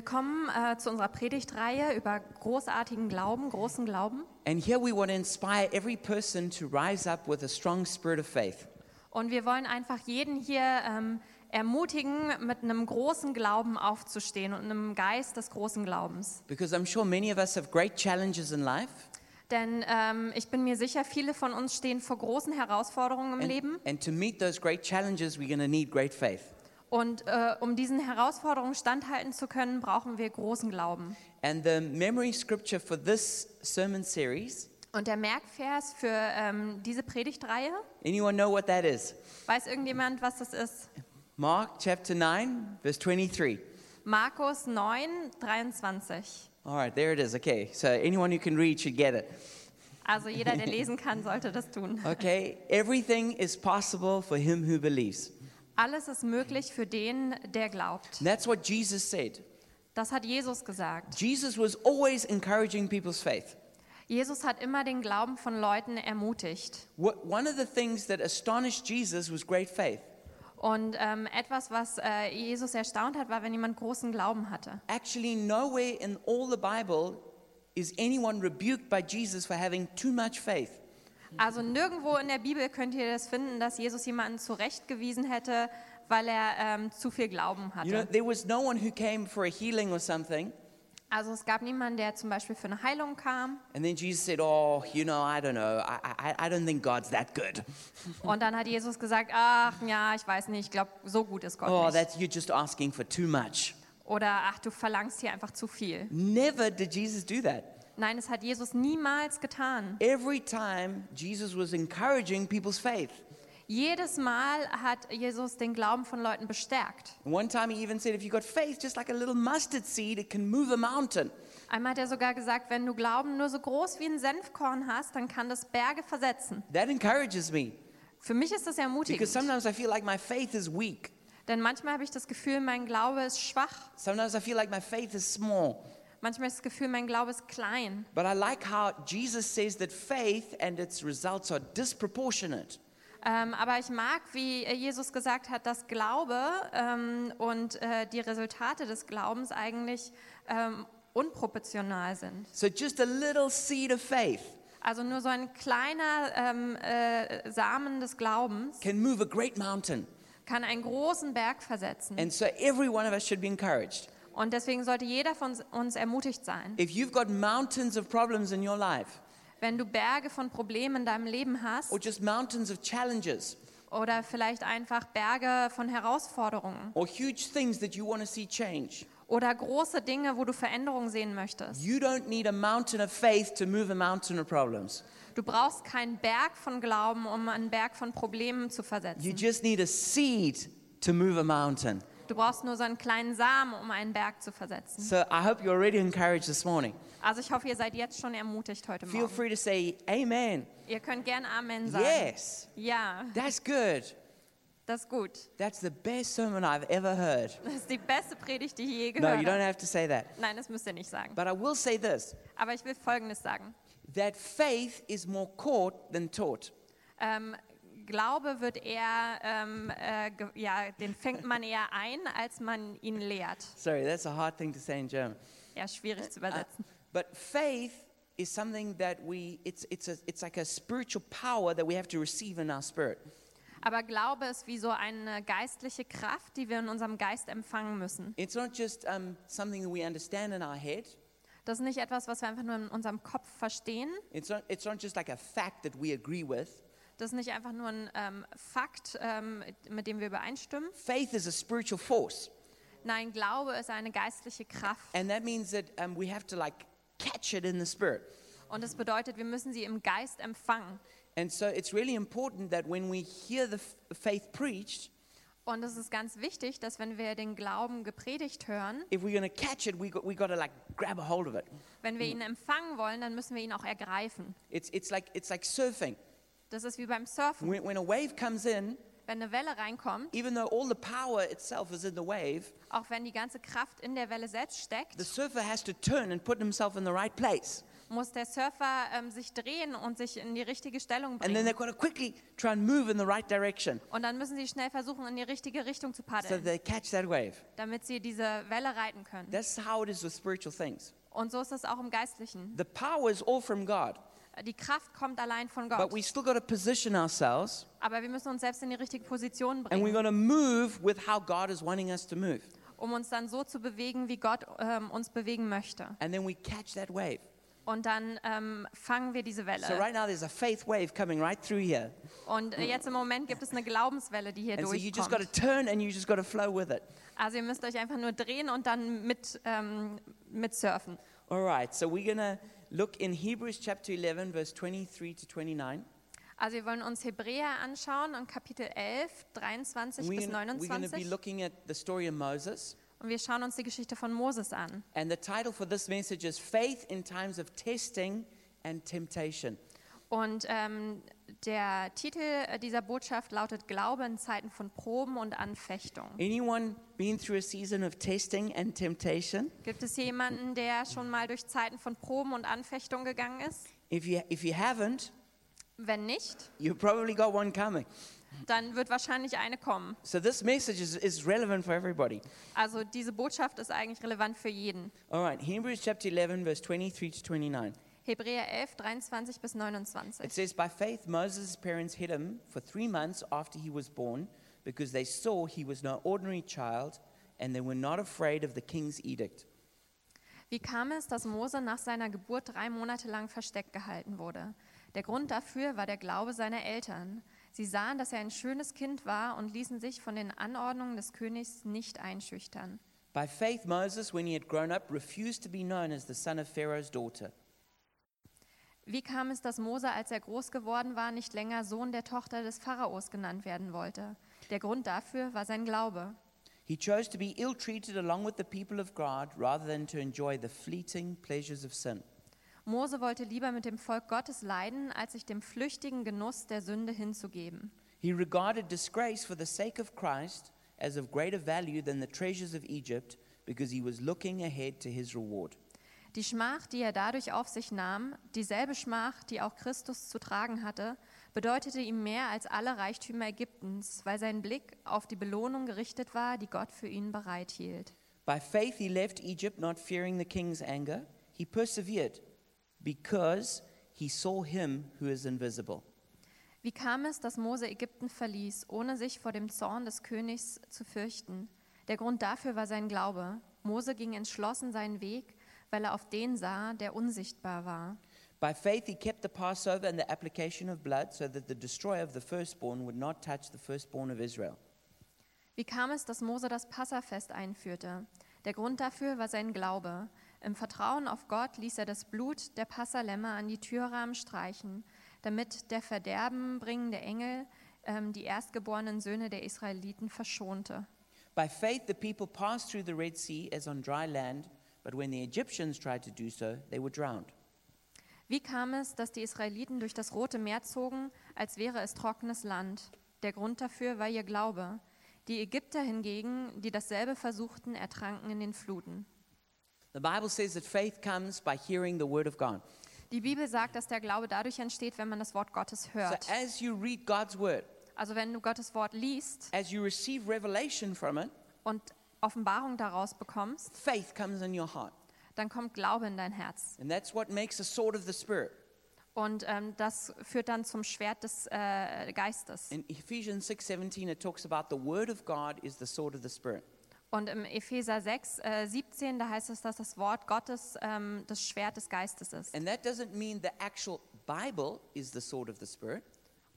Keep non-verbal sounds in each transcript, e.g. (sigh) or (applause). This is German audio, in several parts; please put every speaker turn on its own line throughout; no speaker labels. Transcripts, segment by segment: Willkommen äh, zu unserer Predigtreihe über großartigen Glauben, großen Glauben.
And here we want to inspire every person to rise up with a strong spirit of faith.
Und wir wollen einfach jeden hier ähm, ermutigen, mit einem großen Glauben aufzustehen und einem Geist des großen Glaubens.
Because I'm sure many of us have great challenges in life.
Denn ähm, ich bin mir sicher, viele von uns stehen vor großen Herausforderungen im
And,
Leben.
and to meet those great challenges, we're going to need great faith.
Und äh, um diesen Herausforderungen standhalten zu können, brauchen wir großen Glauben.
And the memory scripture for this sermon series
Und der Merkvers für ähm, diese Predigtreihe,
anyone know what that is?
weiß irgendjemand, was das ist?
Mark chapter 9, verse 23.
Markus 9, 23.
All right, there it is. Okay, so anyone who can read should get it.
Also jeder, der lesen kann, sollte das tun.
Okay, everything is possible for him who believes.
Alles ist möglich für den, der glaubt.
And that's what Jesus said.
Das hat Jesus gesagt.
Jesus was always encouraging people's faith.
Jesus hat immer den Glauben von Leuten ermutigt.
What, one of the things that astonished Jesus was great faith.
Und ähm, etwas, was äh, Jesus erstaunt hat, war, wenn jemand großen Glauben hatte.
Actually, nowhere in all the Bible is anyone rebuked by Jesus for having too much faith.
Also nirgendwo in der Bibel könnt ihr das finden, dass Jesus jemanden zurechtgewiesen hätte, weil er ähm, zu viel Glauben
You know,
hatte.
there was no one who came for a healing or something,
Also es gab niemanden, der zum Beispiel für eine Heilung kam
and then Jesus said, "Oh, you know, I don't know. I, I, I don't think God's that good.
und dann hat Jesus gesagt, ach ja, ich weiß nicht, ich glaube, so gut ist Gott
Oh,
nicht.
that's you're just asking for too much."
Oder ach, du verlangst hier einfach zu viel.
Never did Jesus do that.
Nein, das hat Jesus niemals getan.
Every time Jesus was encouraging people's faith.
Jedes Mal hat Jesus den Glauben von Leuten bestärkt.
And One time he even said, "If you got faith, just like a little mustard seed, it can move a mountain."
Einmal hat er sogar gesagt, wenn du Glauben nur so groß wie ein Senfkorn hast, dann kann das Berge versetzen.
That encourages me.
Für mich ist das
Because
ermutigend,
sometimes I feel like my faith is weak.
denn manchmal habe ich das Gefühl, mein Glaube ist schwach.
Sometimes I feel like my faith is small.
Manchmal ist das Gefühl, mein Glaube ist klein.
But I like how Jesus says that faith and its results are disproportionate.
Ähm, aber ich mag, wie äh, Jesus gesagt hat, dass Glaube ähm, und äh, die Resultate des Glaubens eigentlich ähm, unproportional sind.
So just a little seed of faith
Also nur so ein kleiner ähm, äh, Samen des Glaubens
can move a great mountain.
kann einen großen Berg versetzen.
And so every one of us should be encouraged.
Und deswegen sollte jeder von uns- uns ermutigt sein.
If you've got mountains of problems in your life,
Wenn du Berge von Problemen in deinem Leben hast
or just mountains of challenges,
oder vielleicht einfach Berge von Herausforderungen
or huge things that you want to see change,
oder große Dinge, wo du Veränderungen sehen möchtest.
you don't need a mountain of faith to move a mountain of problems.
Du brauchst keinen Berg von Glauben, um einen Berg von Problemen zu
You
versetzen.
just need a seed to move a mountain.
Du brauchst nur so einen kleinen Samen, um einen Berg zu versetzen.
So I hope you're already encouraged this morning.
Also ich hoffe, ihr seid jetzt schon ermutigt heute
Feel
Morgen.
free to say amen.
Ihr könnt gern Amen sagen.
Yes,
Ja,
that's good.
das ist gut.
That's the best sermon I've ever heard.
Das ist die beste Predigt, die ich je
No,
gehört
you don't
habe.
have to say that.
Nein, das müsst ihr nicht sagen.
But I will say this
Aber ich will Folgendes sagen.
that faith is more caught than taught.
Ähm, Glaube wird eher, ähm, äh, ge- ja, den fängt man eher ein, als man ihn lehrt.
Sorry, that's a hard thing to say in German. Uh,
Ja, schwierig zu übersetzen.
But faith is something that we, it's, it's, a, it's like a spiritual power that we have to receive in our spirit.
Aber Glaube ist wie so eine geistliche Kraft, die wir in unserem Geist empfangen müssen.
It's not just um, something that we understand in our head,
Das ist nicht etwas, was wir einfach nur in unserem Kopf verstehen.
it's not, it's not just like a fact that we agree with.
Das ist nicht einfach nur ein ähm, Fakt, ähm, mit dem wir übereinstimmen.
Faith is a spiritual force.
Nein, Glaube ist eine geistliche Kraft.
And that means that um, we have to like catch it in the spirit.
Und das bedeutet, wir müssen sie im Geist empfangen.
And so it's really important that when we hear the f- faith preached,
Und es ist ganz wichtig, dass wenn wir den Glauben gepredigt hören,
if we're going to catch it, we got, we got to like grab a hold of it.
Wenn
Mhm.
wir ihn empfangen wollen, dann müssen wir ihn auch ergreifen.
It's, it's, like, it's like surfing.
Das ist wie beim Surfen.
When, when a wave comes in,
Wenn eine Welle reinkommt,
even though all the power itself is in the wave,
auch wenn die ganze Kraft in der Welle selbst
the
steckt,
surfer has to turn and put himself in the right place.
muss der Surfer ähm, sich drehen und sich in die richtige Stellung
And then
bringen.
they've got to quickly try and move in the right direction
Und dann müssen sie schnell versuchen, in die richtige Richtung zu
so that
paddeln,
they catch that wave.
damit sie diese Welle reiten können.
That's how it is with spiritual things.
Und so ist es auch im Geistlichen.
The power is all from God,
Die Kraft kommt allein von
but
Gott.
we still got to position ourselves
Aber wir müssen uns selbst in die richtige Position
and
bringen,
we're going to move with how God is wanting us to move.
um uns dann so zu bewegen, wie Gott ähm, uns bewegen möchte.
And then we catch that wave.
Und dann ähm, fangen wir diese
So
Welle.
right now there's a faith wave coming right through here.
Und äh, jetzt im Moment gibt es eine Glaubenswelle, die hier
And so you just got to
durchkommt.
turn and you just got to flow with it.
Also ihr müsst euch einfach nur drehen und dann mit, ähm, mit surfen.
All right, so we're going to look in Hebrews chapter 11, verse 23 to 29.
Also wir wollen uns Hebräer anschauen und Kapitel 11, 23 bis
We're going to be
29.
looking at the story of Moses.
Und wir schauen uns die Geschichte von Moses an.
And the title for this message is Faith in Times of Testing and Temptation.
Und ähm, der Titel äh, dieser Botschaft lautet Glaube in Zeiten von Proben und Anfechtung.
Anyone been through a season of testing and temptation?
Gibt es hier jemanden, der schon mal durch Zeiten von Proben und Anfechtung gegangen ist?
If you, if you haven't,
Wenn nicht,
you've probably got one coming.
dann wird wahrscheinlich eine kommen.
So this message is, is relevant for everybody.
Also diese Botschaft ist eigentlich relevant für jeden.
All right, Hebrews chapter 11, verse 23 to 29.
Hebräer 11, 23 bis
It
29.
says, By faith, Moses' parents hid him for three months after he was born because they saw he was no ordinary child and they were not afraid of the king's edict.
Wie kam es, dass Mose nach seiner Geburt drei Monate lang versteckt gehalten wurde? Der Grund dafür war der Glaube seiner Eltern. Sie sahen, dass er ein schönes Kind war und ließen sich von den Anordnungen des Königs nicht einschüchtern.
By faith, Moses, when he had grown up, refused to be known as the son of Pharaoh's daughter.
Wie kam es, dass Mose, als er groß geworden war, nicht länger Sohn der Tochter des Pharaos genannt werden wollte? Der Grund dafür war sein Glaube.
He chose to be ill treated along with the people of God rather than to enjoy the fleeting pleasures of sin.
Mose wollte lieber mit dem Volk Gottes leiden, als sich dem flüchtigen Genuss der Sünde hinzugeben.
He regarded disgrace for the sake of Christ as of greater value than the treasures of Egypt because he was looking ahead to his reward.
Die Schmach, die er dadurch auf sich nahm, dieselbe Schmach, die auch Christus zu tragen hatte, bedeutete ihm mehr als alle Reichtümer Ägyptens, weil sein Blick auf die Belohnung gerichtet war, die Gott für ihn bereithielt.
By faith, he left Egypt, not fearing the king's anger. He persevered because he saw him who is invisible.
Wie kam es, dass Mose Ägypten verließ, ohne sich vor dem Zorn des Königs zu fürchten? Der Grund dafür war sein Glaube. Mose ging entschlossen seinen Weg, weil er auf den sah, der unsichtbar war.
By faith, he kept the Passover and the application of blood so that the destroyer of the firstborn would not touch the firstborn of Israel.
Wie kam es, dass Mose das Passafest einführte? Der Grund dafür war sein Glaube. Im Vertrauen auf Gott ließ er das Blut der Passalämmer an die Türrahmen streichen, damit der Verderben bringende Engel ähm, die erstgeborenen Söhne der Israeliten verschonte.
By faith, the people passed through the Red Sea as on dry land, but when the Egyptians tried to do so, they were drowned.
Wie kam es, dass die Israeliten durch das Rote Meer zogen, als wäre es trockenes Land? Der Grund dafür war ihr Glaube. Die Ägypter hingegen, die dasselbe versuchten, ertranken in den Fluten.
The Bible says that faith comes by hearing the word of God.
Die Bibel sagt, dass der Glaube dadurch entsteht, wenn man das Wort Gottes
So äh,
hört.
as you read God's word,
Also wenn du Gottes Wort liest
as you receive revelation from it,
und Offenbarung daraus bekommst,
faith comes in your heart.
dann kommt Glaube in dein Herz.
And that's what makes a sword of the Spirit.
Und ähm, das führt dann zum Schwert des äh, Geistes.
In Ephesians 6:17 it talks about the word of God is the sword of the Spirit.
Und im Epheser 6, äh, 17, da heißt es, dass das Wort Gottes ähm, das Schwert des Geistes ist.
And that doesn't mean the actual Bible is the sword of the Spirit.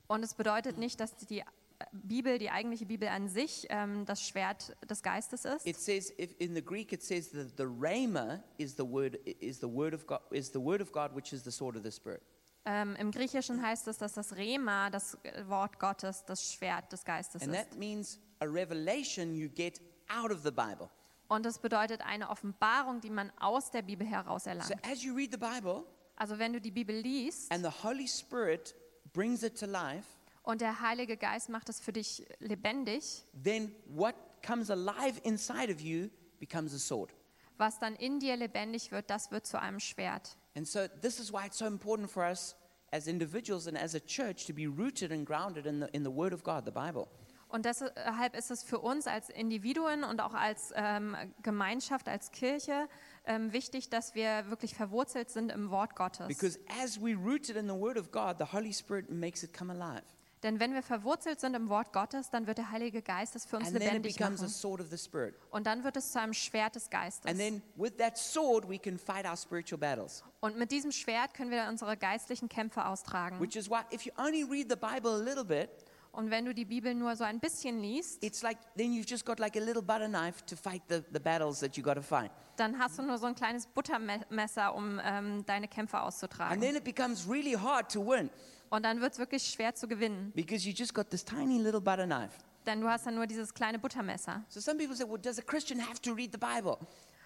Und es bedeutet nicht, dass die äh, Bibel, die eigentliche Bibel an sich, ähm, das Schwert des Geistes ist.
It says if in the Greek it says that the rhema is the word is the word of God is the word of God which is the sword of the Spirit.
Ähm, Im Griechischen heißt es, dass das Rema, das äh, Wort Gottes, das Schwert des Geistes
And
ist.
that means a revelation you get out of the Bible.
Und das bedeutet eine Offenbarung, die man aus der Bibel heraus
So
erlangt.
as you read the Bible
Also wenn du die Bibel liest
and the Holy Spirit brings it to life,
und der Heilige Geist macht es für dich lebendig,
then what comes alive inside of you becomes a sword.
was dann in dir lebendig wird, das wird zu einem Schwert.
And so, this is why it's so important for us as individuals and as a church to be rooted and grounded in the, in the Word of God, the Bible.
Und deshalb ist es für uns als Individuen und auch als ähm, Gemeinschaft, als Kirche ähm, wichtig, dass wir wirklich verwurzelt sind im Wort Gottes.
Because as we're rooted in the Word of God, the Holy Spirit makes it come alive.
Denn wenn wir verwurzelt sind im Wort Gottes, dann wird der Heilige Geist es für uns
And then it
lebendig
becomes a
machen.
sword of the Spirit.
Und dann wird es zu einem Schwert des Geistes.
And then with that sword, we can fight our spiritual battles.
Und mit diesem Schwert können wir unsere geistlichen Kämpfe austragen.
Which is why, if you only read the Bible a little bit,
Und wenn du die Bibel nur so ein bisschen liest,
it's like then you've just got like a little butter knife to fight the, the battles that you got to fight.
dann hast du nur so ein kleines Buttermesser, um ähm, deine Kämpfe
And
auszutragen.
then it becomes really hard to win
Und dann wird es wirklich schwer zu gewinnen,
because you just got this tiny little butter knife.
denn du hast dann nur dieses kleine Buttermesser.
So some people say, well, does a Christian have to read the Bible?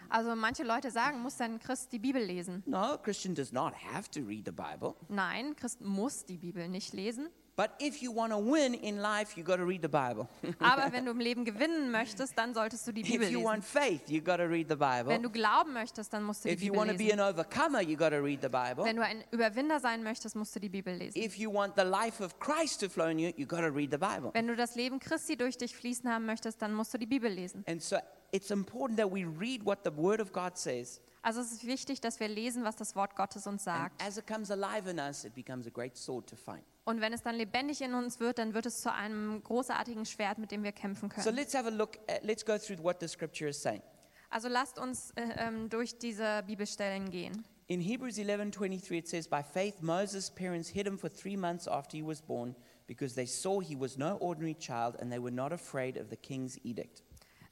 Also manche Leute sagen, muss dann ein Christ die Bibel lesen?
No, a Christian does not have to read the Bible.
Nein, Christ muss die Bibel nicht
(laughs)
lesen.
But if you want to win in life, you got to read the Bible.
Aber wenn du im Leben gewinnen möchtest, dann solltest du die Bibel
if you
lesen.
want faith, you got to read the Bible.
Wenn du glauben möchtest, dann musst du die
If you
Bibel
want to be
lesen.
an overcomer, you got to read the Bible.
Wenn du ein Überwinder sein möchtest, musst du die Bibel lesen.
If you want the life of Christ to flow in you, you got to read the Bible.
Wenn du das Leben Christi durch dich fließen haben möchtest, dann musst du die Bibel lesen.
And so it's important that we read what the Word of God says.
Also es ist wichtig, dass wir lesen, was das Wort Gottes uns
And
sagt.
as it comes alive in us, it becomes a great sword to fight.
Und wenn es dann lebendig in uns wird, dann wird es zu einem großartigen Schwert, mit dem wir kämpfen
So
können.
let's have a look. At, let's go through what the Scripture is saying.
Also lasst uns äh, ähm, durch diese Bibelstellen gehen.
In Hebrews 11:23 it says by faith Moses' parents hid him for 3 months after he was born because they saw he was no ordinary child and they were not afraid of the king's edict.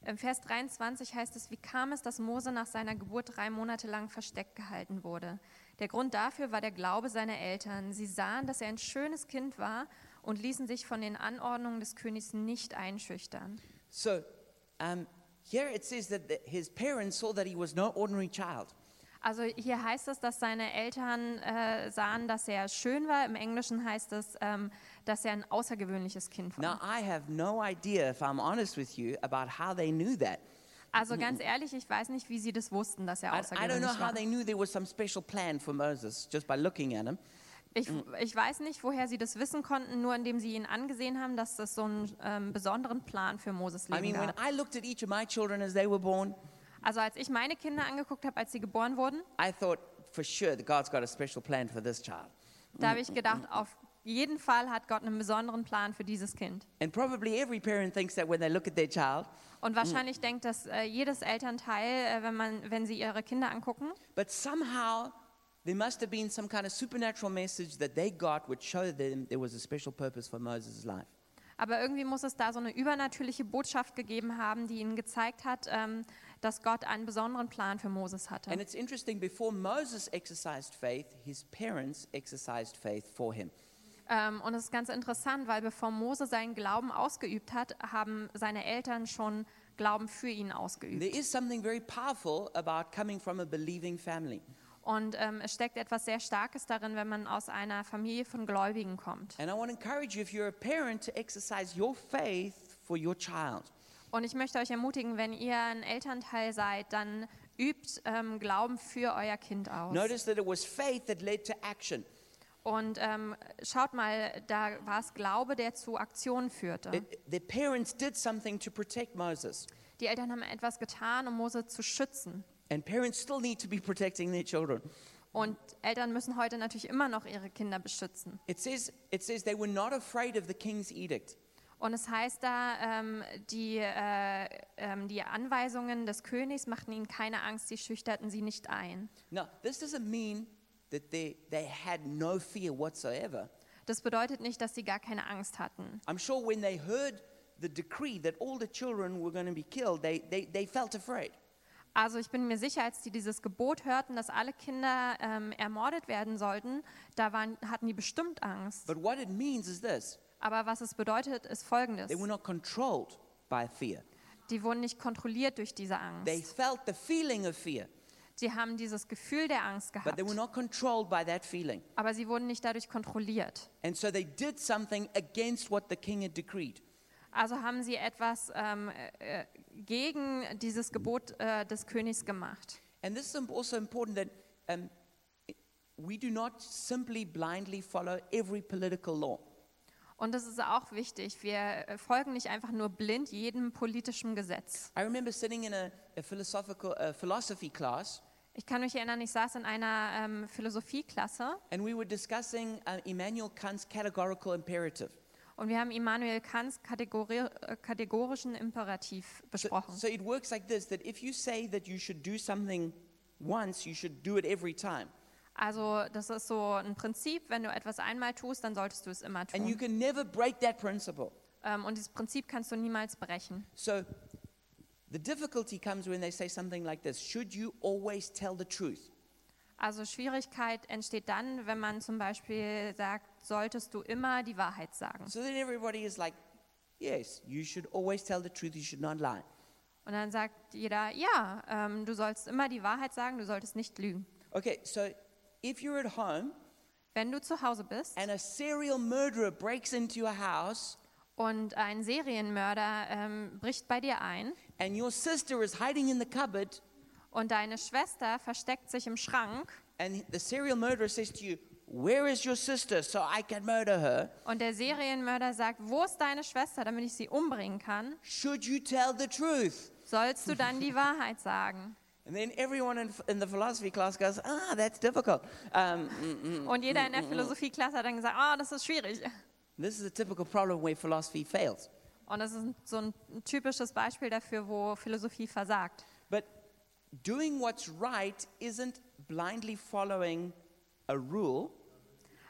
Im Vers 23 heißt es, wie kam es, dass Mose nach seiner Geburt drei Monate lang versteckt gehalten wurde? Der Grund dafür war der Glaube seiner Eltern. Sie sahen, dass er ein schönes Kind war und ließen sich von den Anordnungen des Königs nicht einschüchtern.
So um, here it says that the, his parents saw that he was no ordinary child.
Also hier heißt es, dass seine Eltern äh, sahen, dass er schön war. Im Englischen heißt es, ähm, dass er ein außergewöhnliches Kind war.
Now I have no idea if I'm honest with you about how they knew that.
Also ganz ehrlich, ich weiß nicht, wie sie das wussten, dass er
mm, I, I
außergewöhnlich
don't know how
war.
they knew there was some special plan for Moses just by looking at him.
Ich,
Mm.
ich weiß nicht, woher sie das wissen konnten, nur indem sie ihn angesehen haben, dass es so einen ähm, besonderen Plan für Moses
I
Leben
mean when
gab.
I looked at each of my children as they were born,
Also als ich meine Kinder angeguckt habe, als sie geboren wurden,
I thought for sure that God's got a special plan for this child.
da habe
Mm,
ich gedacht, auf jeden Fall hat Gott einen besonderen Plan für dieses Kind.
And probably every parent thinks that when they look at their child.
Und wahrscheinlich denkt das äh, jedes Elternteil, äh, wenn, man, wenn sie ihre Kinder angucken.
But somehow, there must have been some kind of supernatural message that they got which showed them there was a special purpose for Moses' life.
Aber irgendwie muss es da so eine übernatürliche Botschaft gegeben haben, die ihnen gezeigt hat, ähm, dass Gott einen besonderen Plan für Moses hatte.
And it's interesting, before Moses exercised faith, his parents exercised faith for him.
Ähm, und es ist ganz interessant, weil bevor Mose seinen Glauben ausgeübt hat, haben seine Eltern schon Glauben für ihn
There
ausgeübt.
is something very powerful about coming from a believing family.
Und ähm, es steckt etwas sehr Starkes darin, wenn man aus einer Familie von Gläubigen kommt.
And I want to encourage you, if you're a parent, to exercise your faith for your child.
Und ich möchte euch ermutigen, wenn ihr ein Elternteil seid, dann übt ähm, Glauben für euer Kind aus.
Notice that it was faith that led to action.
Und ähm, schaut mal, da war es Glaube, der zu Aktionen führte.
It, their parents did something to protect Moses.
Die Eltern haben etwas getan, um Mose zu schützen.
And parents still need to be (laughs) protecting their children.
Und Eltern müssen heute natürlich immer noch ihre Kinder beschützen.
It says, it says they were not afraid of the king's edict.
Und es heißt da, ähm, die, äh, ähm, die Anweisungen des Königs machten ihnen keine Angst, sie schüchterten sie nicht ein.
Now, this doesn't mean that they, they had no fear whatsoever.
Das bedeutet nicht, dass sie gar keine Angst hatten.
I'm sure when they heard the decree that all the children were going to be killed, they, they, they felt afraid.
Also ich bin mir sicher, als die dieses Gebot hörten, dass alle Kinder ähm, ermordet werden sollten, da waren, hatten die bestimmt Angst.
But what it means is this
Aber was es bedeutet, ist Folgendes.
they were not controlled by fear,
Die wurden nicht kontrolliert durch diese
they
Angst.
felt the feeling of fear,
Sie haben dieses Gefühl der Angst
but
gehabt,
they were not controlled by that feeling.
aber sie wurden nicht dadurch kontrolliert.
And so they did something against what the king had decreed.
Also haben sie etwas ähm, äh, gegen dieses Gebot äh, des Königs gemacht.
And this is also important that um, we do not simply blindly follow every political law.
Und das ist auch wichtig. Wir äh, folgen nicht einfach nur blind jedem politischen Gesetz.
I remember sitting in a, a philosophical a philosophy class,
Ich kann mich erinnern, ich saß in einer ähm, Philosophieklasse
and we were discussing uh, Immanuel Kant's categorical imperative.
und wir haben Immanuel Kants Kategori äh, kategorischen Imperativ
So,
besprochen.
so it works like this: that if you say that you should do something once, you should do it every time,
Also das ist so ein Prinzip, wenn du etwas einmal tust, dann solltest du es immer
and you
tun.
can never break that principle.
Ähm, und dieses Prinzip kannst du niemals brechen.
So the difficulty comes when they say something like this: Should you always tell the truth?
Also Schwierigkeit entsteht dann, wenn man zum Beispiel sagt, solltest du immer die Wahrheit sagen.
So then everybody is like, yes, you should always tell the truth, you should not lie.
Und dann sagt jeder, ja, ähm, du sollst immer die Wahrheit sagen, du solltest nicht lügen.
Okay, so if you're at home
Wenn du zu Hause bist
and a serial murderer breaks into your house
und ein Serienmörder ähm, bricht bei dir ein
and your sister is hiding in the cupboard
und deine Schwester versteckt sich im Schrank
and the serial murderer says to you, where is your sister so I can murder her?
und der Serienmörder sagt, wo ist deine Schwester, damit ich sie umbringen kann,
Should you tell the truth?
sollst du dann
(laughs)
die Wahrheit sagen.
And then everyone in, in the philosophy class goes, ah, that's difficult. Um, mm, mm.
Und jeder in der Philosophieklasse hat dann gesagt, oh, das ist schwierig.
this is a typical problem where philosophy fails.
Und das ist so ein typisches Beispiel dafür, wo Philosophie versagt.
But doing what's right isn't blindly following a rule,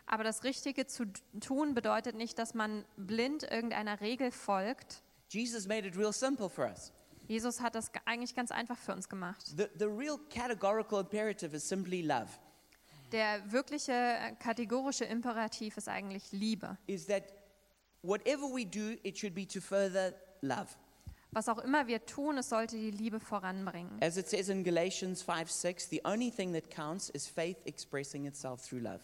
Aber das Richtige zu d- tun bedeutet nicht, dass man blind irgendeiner Regel folgt.
Jesus made it real simple for us.
Jesus hat das g- eigentlich ganz einfach für uns gemacht.
The, the real categorical imperative is simply love,
Der wirkliche äh, kategorische Imperativ ist eigentlich Liebe.
is that whatever we do, it should be to further love.
Was auch immer wir tun, es sollte die Liebe voranbringen.
As it says in Galatians 5 6, the only thing that counts is faith expressing itself through love.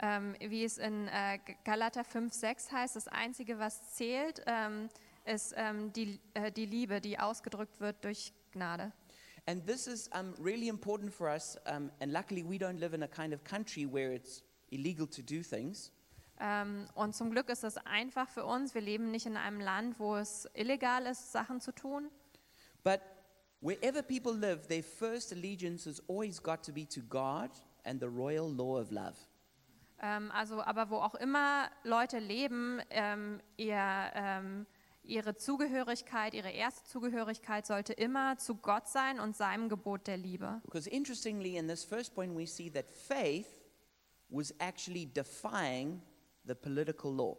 Ähm, wie es in äh, G- Galater 5, 6 heißt, das Einzige, was zählt, ähm, ist ähm, die, äh, die Liebe, die ausgedrückt wird durch Gnade.
And this is um, really important for us, um, and luckily we don't live in a kind of country where it's illegal to do things.
Ähm, und zum Glück ist das einfach für uns. Wir leben nicht in einem Land, wo es illegal ist, Sachen zu tun.
But wherever people live, their first allegiance has always got to be to God and the royal law of love.
Ähm, also, aber wo auch immer Leute leben, ähm, ihr, ähm, ihre Zugehörigkeit, ihre erste Zugehörigkeit sollte immer zu Gott sein und seinem Gebot der Liebe.
Because interestingly, in this first point, we see that faith was actually defying the political law.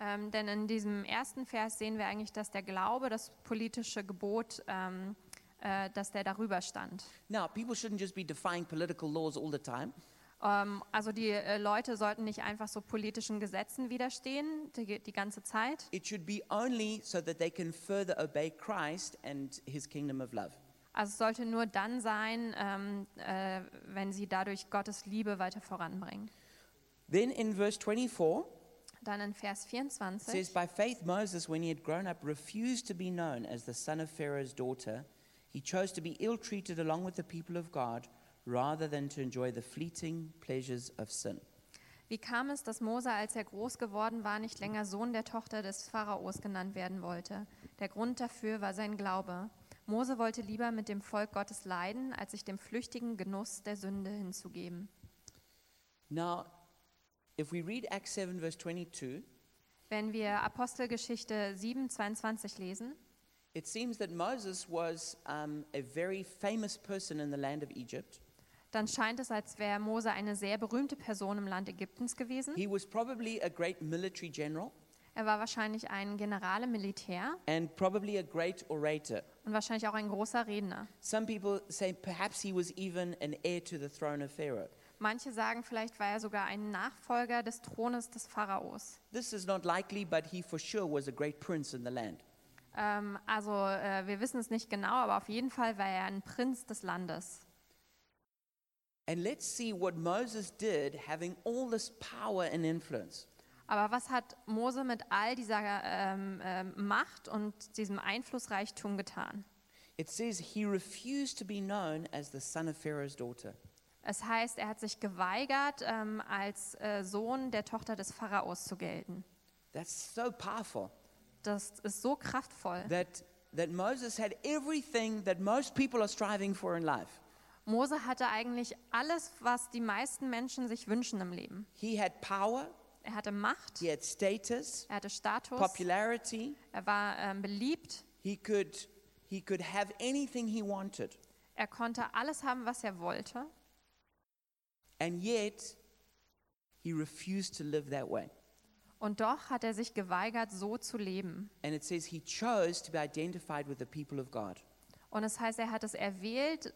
Ähm, denn in diesem ersten Vers sehen wir eigentlich, dass der Glaube, das politische Gebot, ähm, äh, dass der darüber stand.
Now, people shouldn't just be defying political laws all the time,
Ähm, also die äh, Leute sollten nicht einfach so politischen Gesetzen widerstehen die, die ganze Zeit.
it should be only so that they can further obey Christ and his kingdom of love.
Also es sollte nur dann sein, ähm, äh, wenn sie dadurch Gottes Liebe weiter voranbringen.
Then in verse 24,
Dann in Vers
It says,
24.
By faith, Moses, when he had grown up, refused to be known as the son of Pharaoh's daughter. He chose to be ill treated along with the people of God rather than to enjoy the fleeting pleasures of sin.
Wie kam es, dass Mose, als er groß geworden war, nicht länger Sohn der Tochter des Pharaos genannt werden wollte? Der Grund dafür war sein Glaube. Mose wollte lieber mit dem Volk Gottes leiden, als sich dem flüchtigen Genuss der Sünde hinzugeben.
Now, if we read Acts 7, verse 22,
Wenn wir Apostelgeschichte 7, 22 lesen,
it seems that Moses was um, a very famous person in the land of Egypt.
dann scheint es, als wäre Mose eine sehr berühmte Person im Land Ägyptens gewesen.
He was probably a great military general
Er war wahrscheinlich ein General im Militär
and probably a great orator.
und wahrscheinlich auch ein großer Redner.
Some people say perhaps he was even an heir to the throne of Pharaoh.
Manche sagen, vielleicht war er sogar ein Nachfolger des Thrones des Pharaos.
This is not likely, but he for sure was a great prince in the land.
Ähm, also äh, wir wissen es nicht genau, aber auf jeden Fall war er ein Prinz des Landes.
And let's see what Moses did having all this power and influence.
Aber was hat Mose mit all dieser ähm, ähm, Macht und diesem Einflussreichtum getan?
It says he refused to be known as the son of Pharaoh's daughter.
Es heißt, er hat sich geweigert, ähm, als äh, Sohn der Tochter des Pharaos zu gelten.
That's so powerful
Das ist so kraftvoll.
that, that Moses had everything that most people are striving for in life.
Mose hatte eigentlich alles, was die meisten Menschen sich wünschen im Leben.
He had power,
Er hatte Macht,
he had status,
er hatte Status,
popularity.
er war ähm, beliebt,
He could, he could have anything he wanted.
er konnte alles haben, was er wollte.
And yet, he refused to live that way.
Und doch hat er sich geweigert, so zu leben.
And it says he chose to be identified with the people of God.
Und es heißt, er hat es erwählt,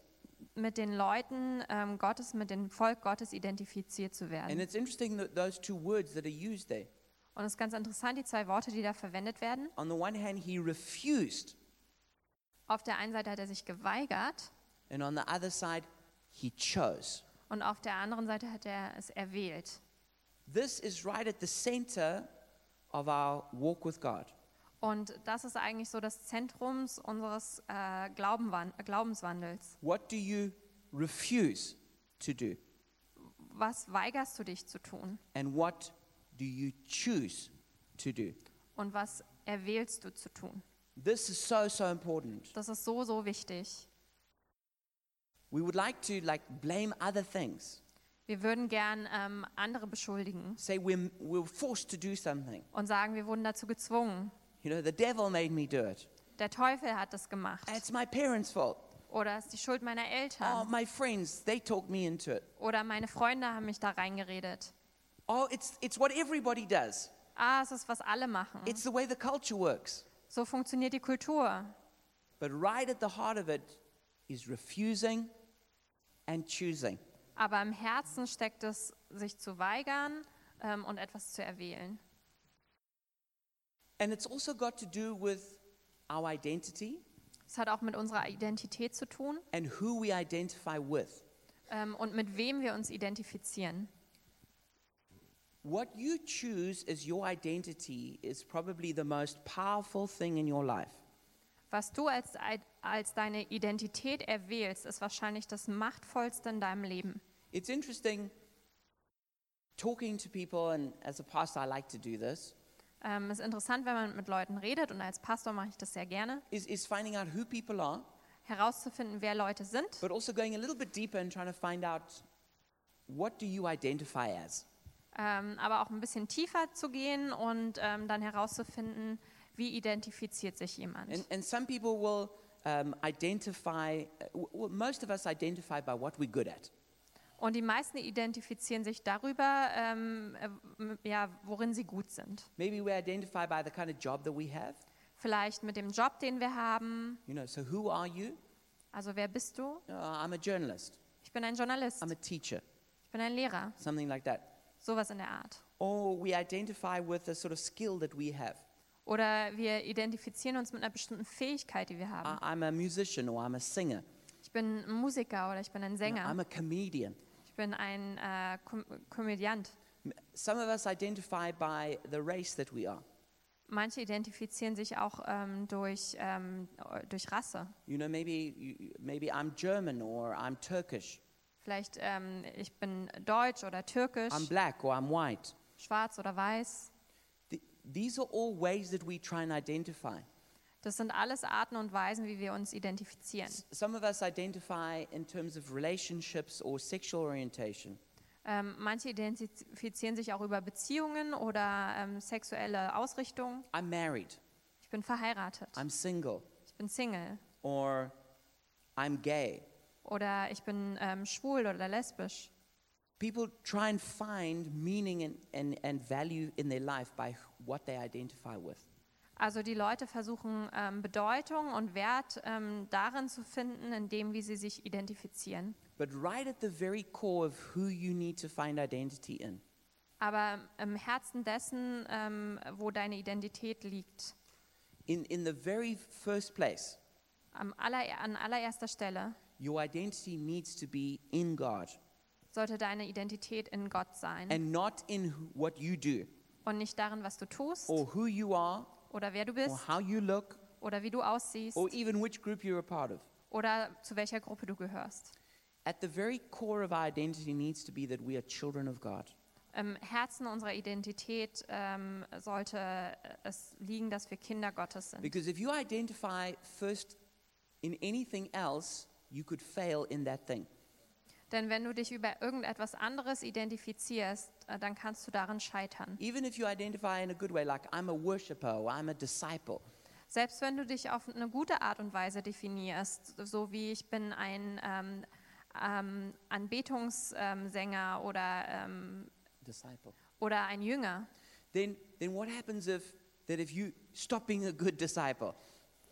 mit den Leuten ähm, Gottes, mit dem Volk Gottes identifiziert zu
And
werden.
it's interesting that those two words that are used there.
Und es ist ganz interessant, die zwei Worte, die da verwendet werden.
On the one hand, he refused,
Auf der einen Seite hat er sich geweigert
and on the other side, he chose.
und auf der anderen Seite hat er es erwählt.
This is right at the center of our walk with God.
Und das ist eigentlich so das Zentrum unseres äh, Glaubenwan- Glaubenswandels.
What do you refuse to do?
Was weigerst du dich zu tun
And what do you choose to do?
und was erwählst du zu tun?
This is so, so important.
Das ist so, so wichtig.
We would like to like blame other things.
Wir würden gern ähm, andere beschuldigen
Say we're, we're forced to do something.
und sagen, wir wurden dazu gezwungen.
You know, the devil made me do it.
Der Teufel hat das gemacht.
It's my parents' fault.
Oder es ist die Schuld meiner
Oh,
Eltern.
my friends, they talked me into it.
Oder meine Freunde haben mich da reingeredet.
Oh, it's, it's what everybody does.
Ah, es ist, was alle machen.
It's the way the culture works.
So funktioniert die Kultur.
But right at the heart of it is refusing and choosing.
Aber im Herzen steckt es, sich zu weigern ähm, und etwas zu erwählen.
And it's also got to do with our identity
Es hat auch mit unserer Identität zu tun
and who we identify with.
ähm, und mit wem wir uns identifizieren.
What you choose as your identity is probably the most powerful thing in your life.
Was du als, als deine Identität erwählst, ist wahrscheinlich das Machtvollste in deinem Leben.
It's interesting talking to people, and as a pastor, I like to do this,
Ähm, ist interessant, wenn man mit Leuten redet und als Pastor mache ich das sehr gerne,
is, is finding out who people are,
herauszufinden, wer Leute sind
but also going a little bit deeper and trying to find out what do you identify as?
ähm, aber auch ein bisschen tiefer zu gehen und ähm, dann herauszufinden, wie identifiziert sich jemand.
And, and some people will um, identify, uh, w- well, most of us identify by what we're good at.
und die meisten identifizieren sich darüber, ähm, äh, m- ja, worin sie gut sind.
Maybe we identify by the kind of job that we have.
Vielleicht mit dem Job, den wir haben.
You know, so who are you?
Also wer bist du?
Uh, I'm a journalist.
Ich bin ein Journalist.
I'm a teacher.
Ich bin ein Lehrer.
Something like that.
Sowas in der Art.
Or we identify with a sort of skill that we have.
Oder wir identifizieren uns mit einer bestimmten Fähigkeit, die wir
I,
haben.
I'm a musician or I'm a singer.
Ich bin ein Musiker oder ich bin ein
You know,
Sänger.
I'm a comedian.
Ich bin ein äh, Kom Komödiant.
M- Some of us identify by the race that we are.
Manche identifizieren sich auch ähm, durch, ähm, durch Rasse.
You know, maybe you, maybe I'm German or I'm Turkish.
Vielleicht ähm, ich bin deutsch oder türkisch,
I'm black or I'm white.
schwarz oder weiß.
Th- these are all ways that we try and identify.
Das sind alles Arten und Weisen, wie wir uns identifizieren.
S- Some of us identify in terms of relationships or sexual orientation.
Ähm, manche identifizieren sich auch über Beziehungen oder ähm, sexuelle Ausrichtung.
I'm married.
Ich bin verheiratet,
I'm single.
ich bin Single
Or I'm gay.
oder ich bin ähm, schwul oder lesbisch.
People try and find meaning and, and, and value in their life by wh- what they identify with.
Also die Leute versuchen ähm, Bedeutung und Wert ähm, darin zu finden, in dem, wie sie sich identifizieren.
But right at the very core of who you need to find identity in
Aber im Herzen dessen, ähm, wo deine Identität liegt,
in, in the very first place,
am aller, an allererster Stelle
your identity needs to be in God
sollte deine Identität in Gott sein
and not in wh- what you do
und nicht darin, was du tust
or who you are
oder wer du
or
bist
how you look
oder wie du aussiehst
Oh. or even which group you're a part of.
oder zu welcher Gruppe du gehörst.
At the very core of our identity needs to be that we are children of God.
Im Herzen unserer Identität ähm, sollte es liegen, dass wir Kinder Gottes sind.
Because if you identify first in anything else, you could fail in that thing.
Denn wenn du dich über irgendetwas anderes identifizierst, äh, dann kannst du darin scheitern.
Even if you identify in a good way, like I'm a worshiper or I'm a disciple,
Selbst wenn du dich auf eine gute Art und Weise definierst, so wie ich bin ein ähm, ähm, Anbetungssänger oder, ähm,
disciple.
oder ein Jünger,
Then, then what happens if that if you stop being a good disciple,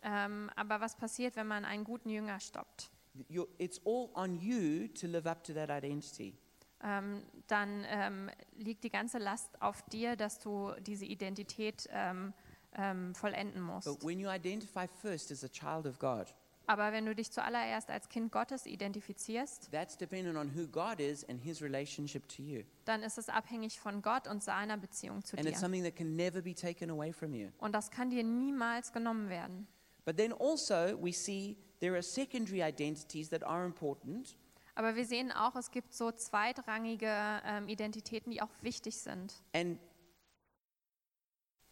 ähm, aber was passiert, wenn man einen guten Jünger stoppt?
you're, it's all on you to live up to that identity.
ähm, dann ähm, liegt die ganze Last auf dir, dass du diese Identität ähm, ähm, vollenden
But
musst.
when you identify first as a child of God,
Aber wenn du dich zuallererst als Kind Gottes identifizierst,
that's dependent on who God is and His relationship to you,
dann ist es abhängig von Gott und seiner Beziehung zu
and it's
dir.
something that can never be taken away from you.
Und das kann dir niemals genommen werden.
But then also we see there are secondary identities that are important,
Aber wir sehen auch, es gibt so zweitrangige ähm, Identitäten, die auch wichtig sind.
and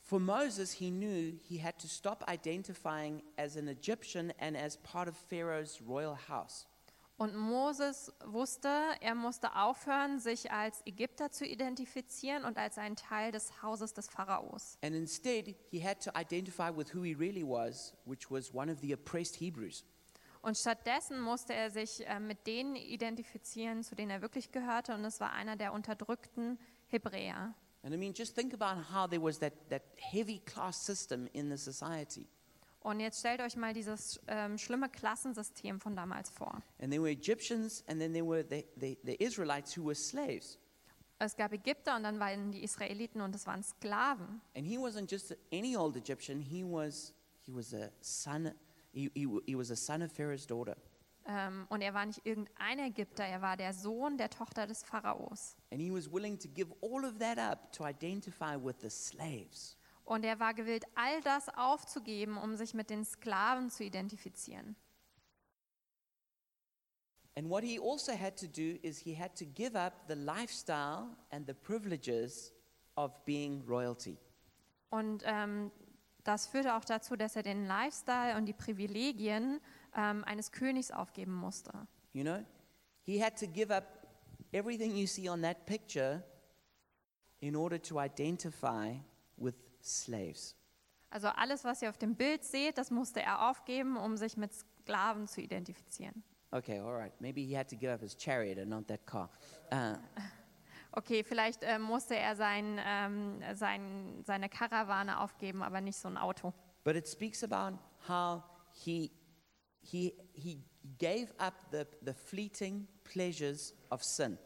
for Moses, he knew he had to stop identifying as an Egyptian and as part of Pharaoh's royal house.
Und Moses wusste, er musste aufhören, sich als Ägypter zu identifizieren und als ein Teil des Hauses des Pharaos.
And instead, he had to identify with who he really was, which was one of the oppressed Hebrews.
Und stattdessen musste er sich äh, mit denen identifizieren, zu denen er wirklich gehörte, und es war einer der unterdrückten Hebräer.
And I mean, just think about how there was that, that heavy class system in the society.
Und jetzt stellt euch mal dieses ähm, schlimme Klassensystem von damals vor.
And there were Egyptians, and then there were the, the, the Israelites who were slaves.
Es gab Ägypter und dann waren die Israeliten und es waren Sklaven.
And he wasn't just any old Egyptian, he was, he was a son, he, he, w- he was a son of Pharaoh's daughter.
Ähm, und er war nicht irgendein Ägypter, er war der Sohn der Tochter des Pharaos.
And he was willing to give all of that up to identify with the slaves.
Und er war gewillt, all das aufzugeben, um sich mit den Sklaven zu identifizieren.
And what he also had to do is he had to give up the lifestyle and the privileges of being royalty.
Und ähm, das führte auch dazu, dass er den Lifestyle und die Privilegien ähm, eines Königs aufgeben musste.
You know, he had to give up everything you see on that picture in order to identify with slaves.
Also alles, was ihr auf dem Bild seht, das musste er aufgeben, um sich mit Sklaven zu identifizieren.
Okay, all right. Maybe he had to give up his chariot and not that car. Uh,
Okay, vielleicht ähm, musste er sein, ähm, sein, seine Karawane aufgeben, aber nicht so ein Auto.
but it speaks about how he, he, he gave up the, the fleeting pleasures of sin.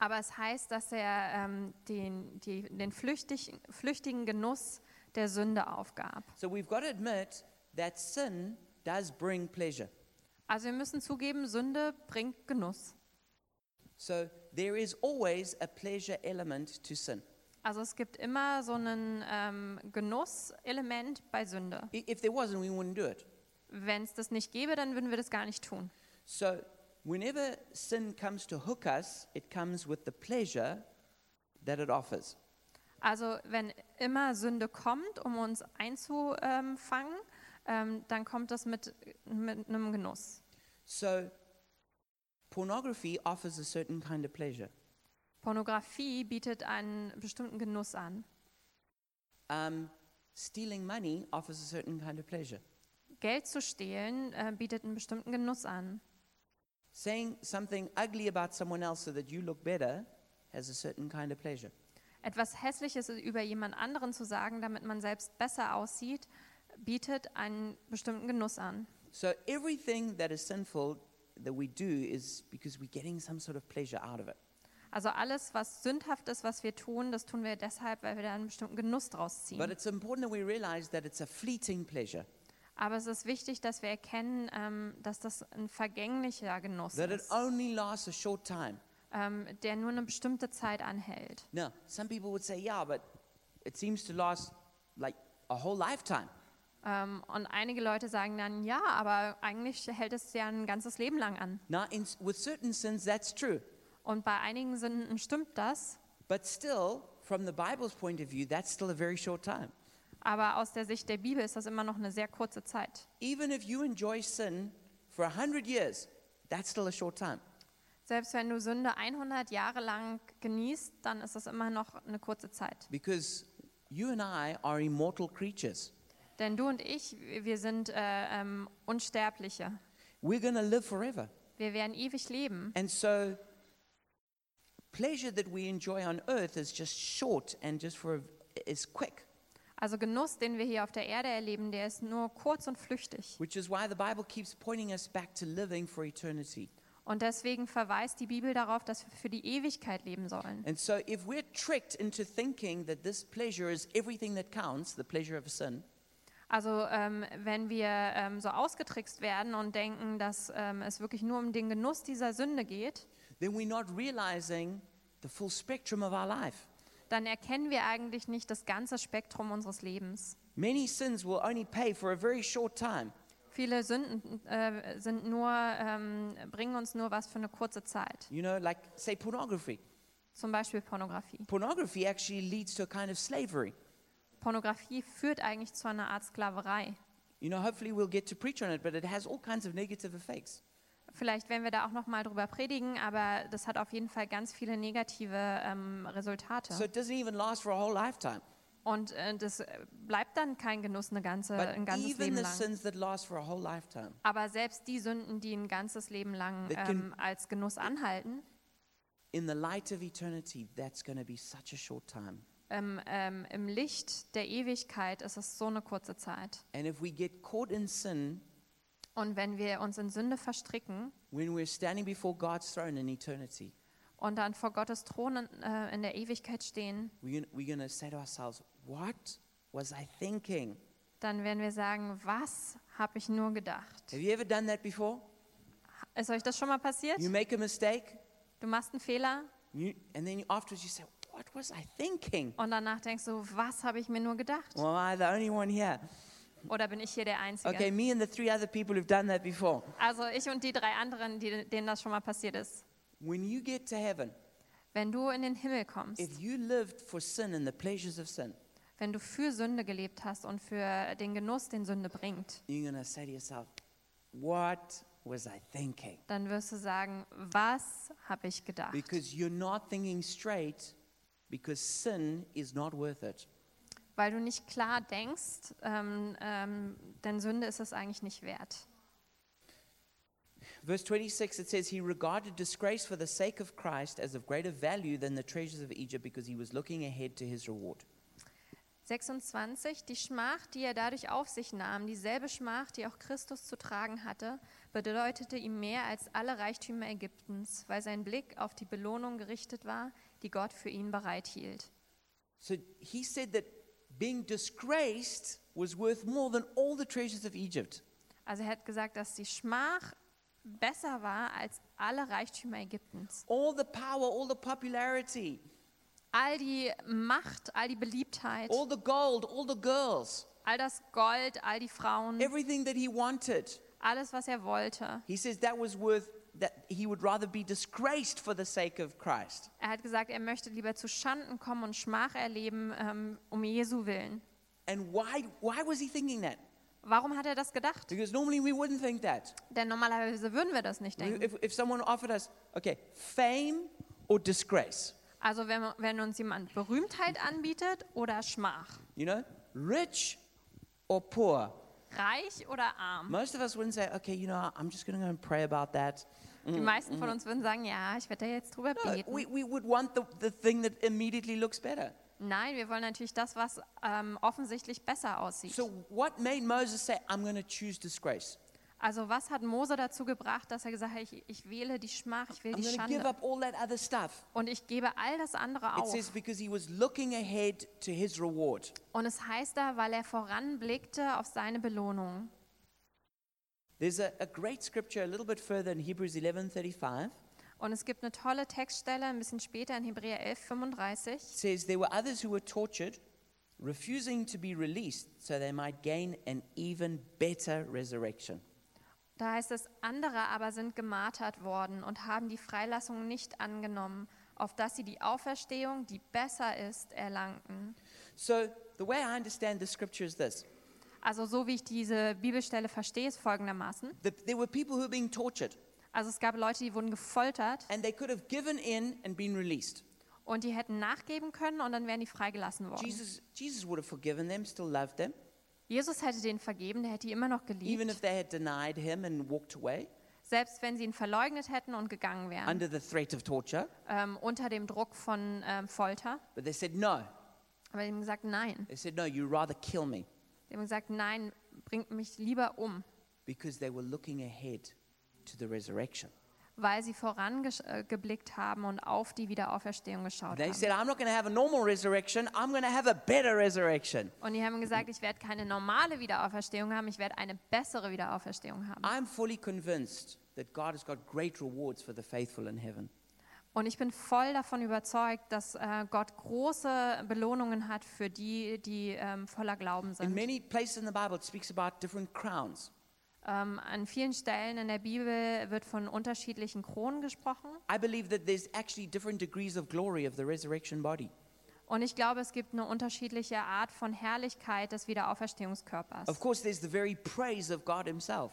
Aber es heißt, dass er ähm, den, die, den flüchtig, flüchtigen Genuss der Sünde aufgab.
So we've got to admit that sin does bring pleasure.
Also wir müssen zugeben, Sünde bringt Genuss.
So there is always a pleasure element to sin.
Also es gibt immer so ein ähm, Genusselement bei Sünde.
I- If there wasn't, we wouldn't do it.
Wenn es das nicht gäbe, dann würden wir das gar nicht tun.
So, whenever sin comes to hook us, it comes with the pleasure that it offers.
Also wenn immer Sünde kommt, um uns einzufangen, ähm, dann kommt das mit, mit einem Genuss.
So, pornography offers a certain kind of pleasure.
Pornografie bietet einen bestimmten Genuss an.
Um, stealing money offers a certain kind of pleasure.
Geld zu stehlen äh, bietet einen bestimmten Genuss an.
Saying something ugly about someone else so that you look better has a certain kind of pleasure.
Etwas Hässliches über jemand anderen zu sagen, damit man selbst besser aussieht, bietet einen bestimmten Genuss an.
So, everything that is sinful that we do is because we're getting some sort of pleasure out of it.
Also alles, was sündhaft ist, was wir tun, das tun wir deshalb, weil wir da einen bestimmten Genuss draus
But
ziehen.
it's important that we realize that it's a fleeting pleasure.
Aber es ist wichtig, dass wir erkennen, ähm, dass das ein vergänglicher Genuss
that it
ist,
only lasts a short time.
ähm, der nur eine bestimmte Zeit anhält.
Now, some people would say, yeah, but it seems to last like a whole lifetime.
Ähm, und einige Leute sagen dann, ja, aber eigentlich hält es ja ein ganzes Leben lang an.
Now, in, with certain sins, that's true.
Und bei einigen Sünden stimmt das,
But still, from the Bible's point of view, that's still a very short time.
aber aus der Sicht der Bibel ist das immer noch eine sehr kurze Zeit.
Even if you enjoy sin for 100 years, that's still a short time.
Selbst wenn du Sünde 100 Jahre lang genießt, dann ist das immer noch eine kurze Zeit.
Because you and I are immortal creatures.
Denn du und ich, wir sind äh, ähm, Unsterbliche.
We're going to live forever.
Wir werden ewig leben.
And so, pleasure that we enjoy on earth is just short and just for is quick,
Also Genuss, den wir hier auf der Erde erleben, der ist nur kurz und flüchtig.
which is why the Bible keeps pointing us back to living for eternity.
Und deswegen verweist die Bibel darauf, dass wir für die Ewigkeit leben sollen.
And so, if we're tricked into thinking that this pleasure is everything that counts, the pleasure of sin,
Also ähm, wenn wir ähm, so ausgetrickst werden und denken, dass ähm, es wirklich nur um den Genuss dieser Sünde geht,
then we're not realizing the full spectrum of our life.
dann erkennen wir eigentlich nicht das ganze Spektrum unseres Lebens.
Many sins will only pay for a very short time,
Viele Sünden äh, sind nur, ähm, bringen uns nur was für eine kurze Zeit.
you know, like, say, pornography.
Zum Beispiel Pornografie.
Pornography actually leads to a kind of slavery.
Pornografie führt eigentlich zu einer Art Sklaverei.
You know, hopefully we'll get to preach on it, but it has all kinds of negative effects.
Vielleicht werden wir da auch noch mal drüber predigen, aber das hat auf jeden Fall ganz viele negative ähm, Resultate.
So it doesn't even last for a whole lifetime.
Und äh, das äh, bleibt dann kein Genuss eine ganze,
But
ein ganzes
even
Leben
the
lang.
sins that last for a whole lifetime,
Aber selbst die Sünden, die ein ganzes Leben lang
That can-
ähm, als Genuss anhalten,
in the light of eternity, that's going to be such a short time.
ähm, ähm, im Licht der Ewigkeit ist es so eine kurze Zeit.
And if we get caught in sin
Und wenn wir uns in Sünde verstricken
when we're standing before God's throne in eternity,
und dann vor Gottes Thron in, äh, in der Ewigkeit stehen,
we're going to say to ourselves, What was I thinking?
dann werden wir sagen, was habe ich nur gedacht?
Have you ever done that before?
Ist euch das schon mal passiert?
You make a mistake,
Du machst einen Fehler
you, and then afterwards you say, What was I thinking?
und danach denkst du, was habe ich mir nur gedacht?
Well, am I the only one here?
Oder bin ich hier der Einzige?
Okay, me and the three other people who've done that before.
Also ich und die drei anderen, die, denen das schon mal passiert ist.
When you get to heaven,
Wenn du in den Himmel kommst,
if you lived for sin and the pleasures of sin,
wenn du für Sünde gelebt hast und für den Genuss, den Sünde bringt,
you're going to say to yourself, What was I thinking?
dann wirst du sagen, was habe ich gedacht?
Because you're not thinking straight because sin is not worth it.
Weil du nicht klar denkst, ähm, ähm, denn Sünde ist es eigentlich nicht wert.
Verse 26, it says, He regarded disgrace for the sake of Christ as of greater value than the treasures of Egypt because he was looking ahead to his reward.
26. Die Schmach, die er dadurch auf sich nahm, dieselbe Schmach, die auch Christus zu tragen hatte, bedeutete ihm mehr als alle Reichtümer Ägyptens, weil sein Blick auf die Belohnung gerichtet war, die Gott für ihn bereithielt.
So he said that being disgraced was worth more than all the treasures of Egypt.
Also er hat gesagt, dass die Schmach besser war als alle Reichtümer Ägyptens.
All the power, all the popularity,
All die Macht, all die Beliebtheit,
all the gold, all the girls,
all das Gold, all die Frauen,
everything that he wanted.
alles, was er wollte.
He says that was worth that he would rather be disgraced for the sake of Christ.
Er hat gesagt, er möchte lieber zu Schanden kommen und Schmach erleben, ähm, um Jesu willen.
And why why was he thinking that?
Warum hat er das gedacht?
Because normally we wouldn't think that.
Denn normalerweise würden wir das nicht
We-
denken.
If, if someone offered us, okay, fame or disgrace,
Also wenn, wenn uns jemand Berühmtheit anbietet oder Schmach,
you know, rich or poor,
reich oder arm.
most of us wouldn't say, okay, you know, I'm just going to go and pray about that.
Die meisten von uns würden sagen, ja, ich werde da jetzt drüber
No,
beten.
we, we would want the, the thing that immediately looks better.
Nein, wir wollen natürlich das, was ähm, offensichtlich besser aussieht.
So, what made Moses say, I'm going to choose disgrace?
also was hat Mose dazu gebracht, dass er gesagt hat, ich, ich wähle die Schmach, ich will
I'm
die
going to give
Schande
up all that other stuff.
und ich gebe all das andere
It
auf.
says, because he was looking ahead to his reward.
Und es heißt da, weil er voranblickte auf seine Belohnung.
There's a, a great scripture a little bit further in Hebrews 11:35.
Und es gibt eine tolle Textstelle ein bisschen später in Hebräer 11, 35.
says there were others who were tortured, refusing to be released so they might gain an even better resurrection.
Da heißt es, andere aber sind gemartert worden und haben die Freilassung nicht angenommen, auf dass sie die Auferstehung, die besser ist, erlangten.
So, the way I understand the scripture is this
Also so wie ich diese Bibelstelle verstehe, ist folgendermaßen.
that there were people who were being tortured,
Also es gab Leute, die wurden gefoltert
and they could have given in and been released.
und die hätten nachgeben können und dann wären die freigelassen worden. Jesus,
Jesus, Jesus would have forgiven them, still loved them,
hätte denen vergeben, der hätte die immer noch
even
geliebt,
if they had denied him and walked away
selbst wenn sie ihn verleugnet hätten und gegangen wären,
under the threat of torture.
ähm, unter dem Druck von ähm, Folter.
But they said, No.
Aber die haben gesagt, nein.
They said, No, you rather kill me
Die haben gesagt, nein, bringt mich lieber um,
because they were looking ahead to the resurrection.
weil sie vorangeblickt haben und auf die Wiederauferstehung geschaut
They
haben.
said, I'm not going to have a normal resurrection. I'm going to have a better resurrection.
Und die haben gesagt, ich werde keine normale Wiederauferstehung haben, ich werde eine bessere Wiederauferstehung haben.
I'm fully convinced that God has got great rewards for the faithful in heaven.
Und ich bin voll davon überzeugt, dass äh, Gott große Belohnungen hat für die, die ähm, voller Glauben
In
sind.
many places in the Bible, it speaks about different crowns.
Ähm, an vielen Stellen in der Bibel wird von unterschiedlichen Kronen gesprochen.
I believe that there's actually different degrees of glory of the resurrection body.
Und ich glaube, es gibt eine unterschiedliche Art von Herrlichkeit des Wiederauferstehungskörpers.
Of course, there's the very praise of God Himself.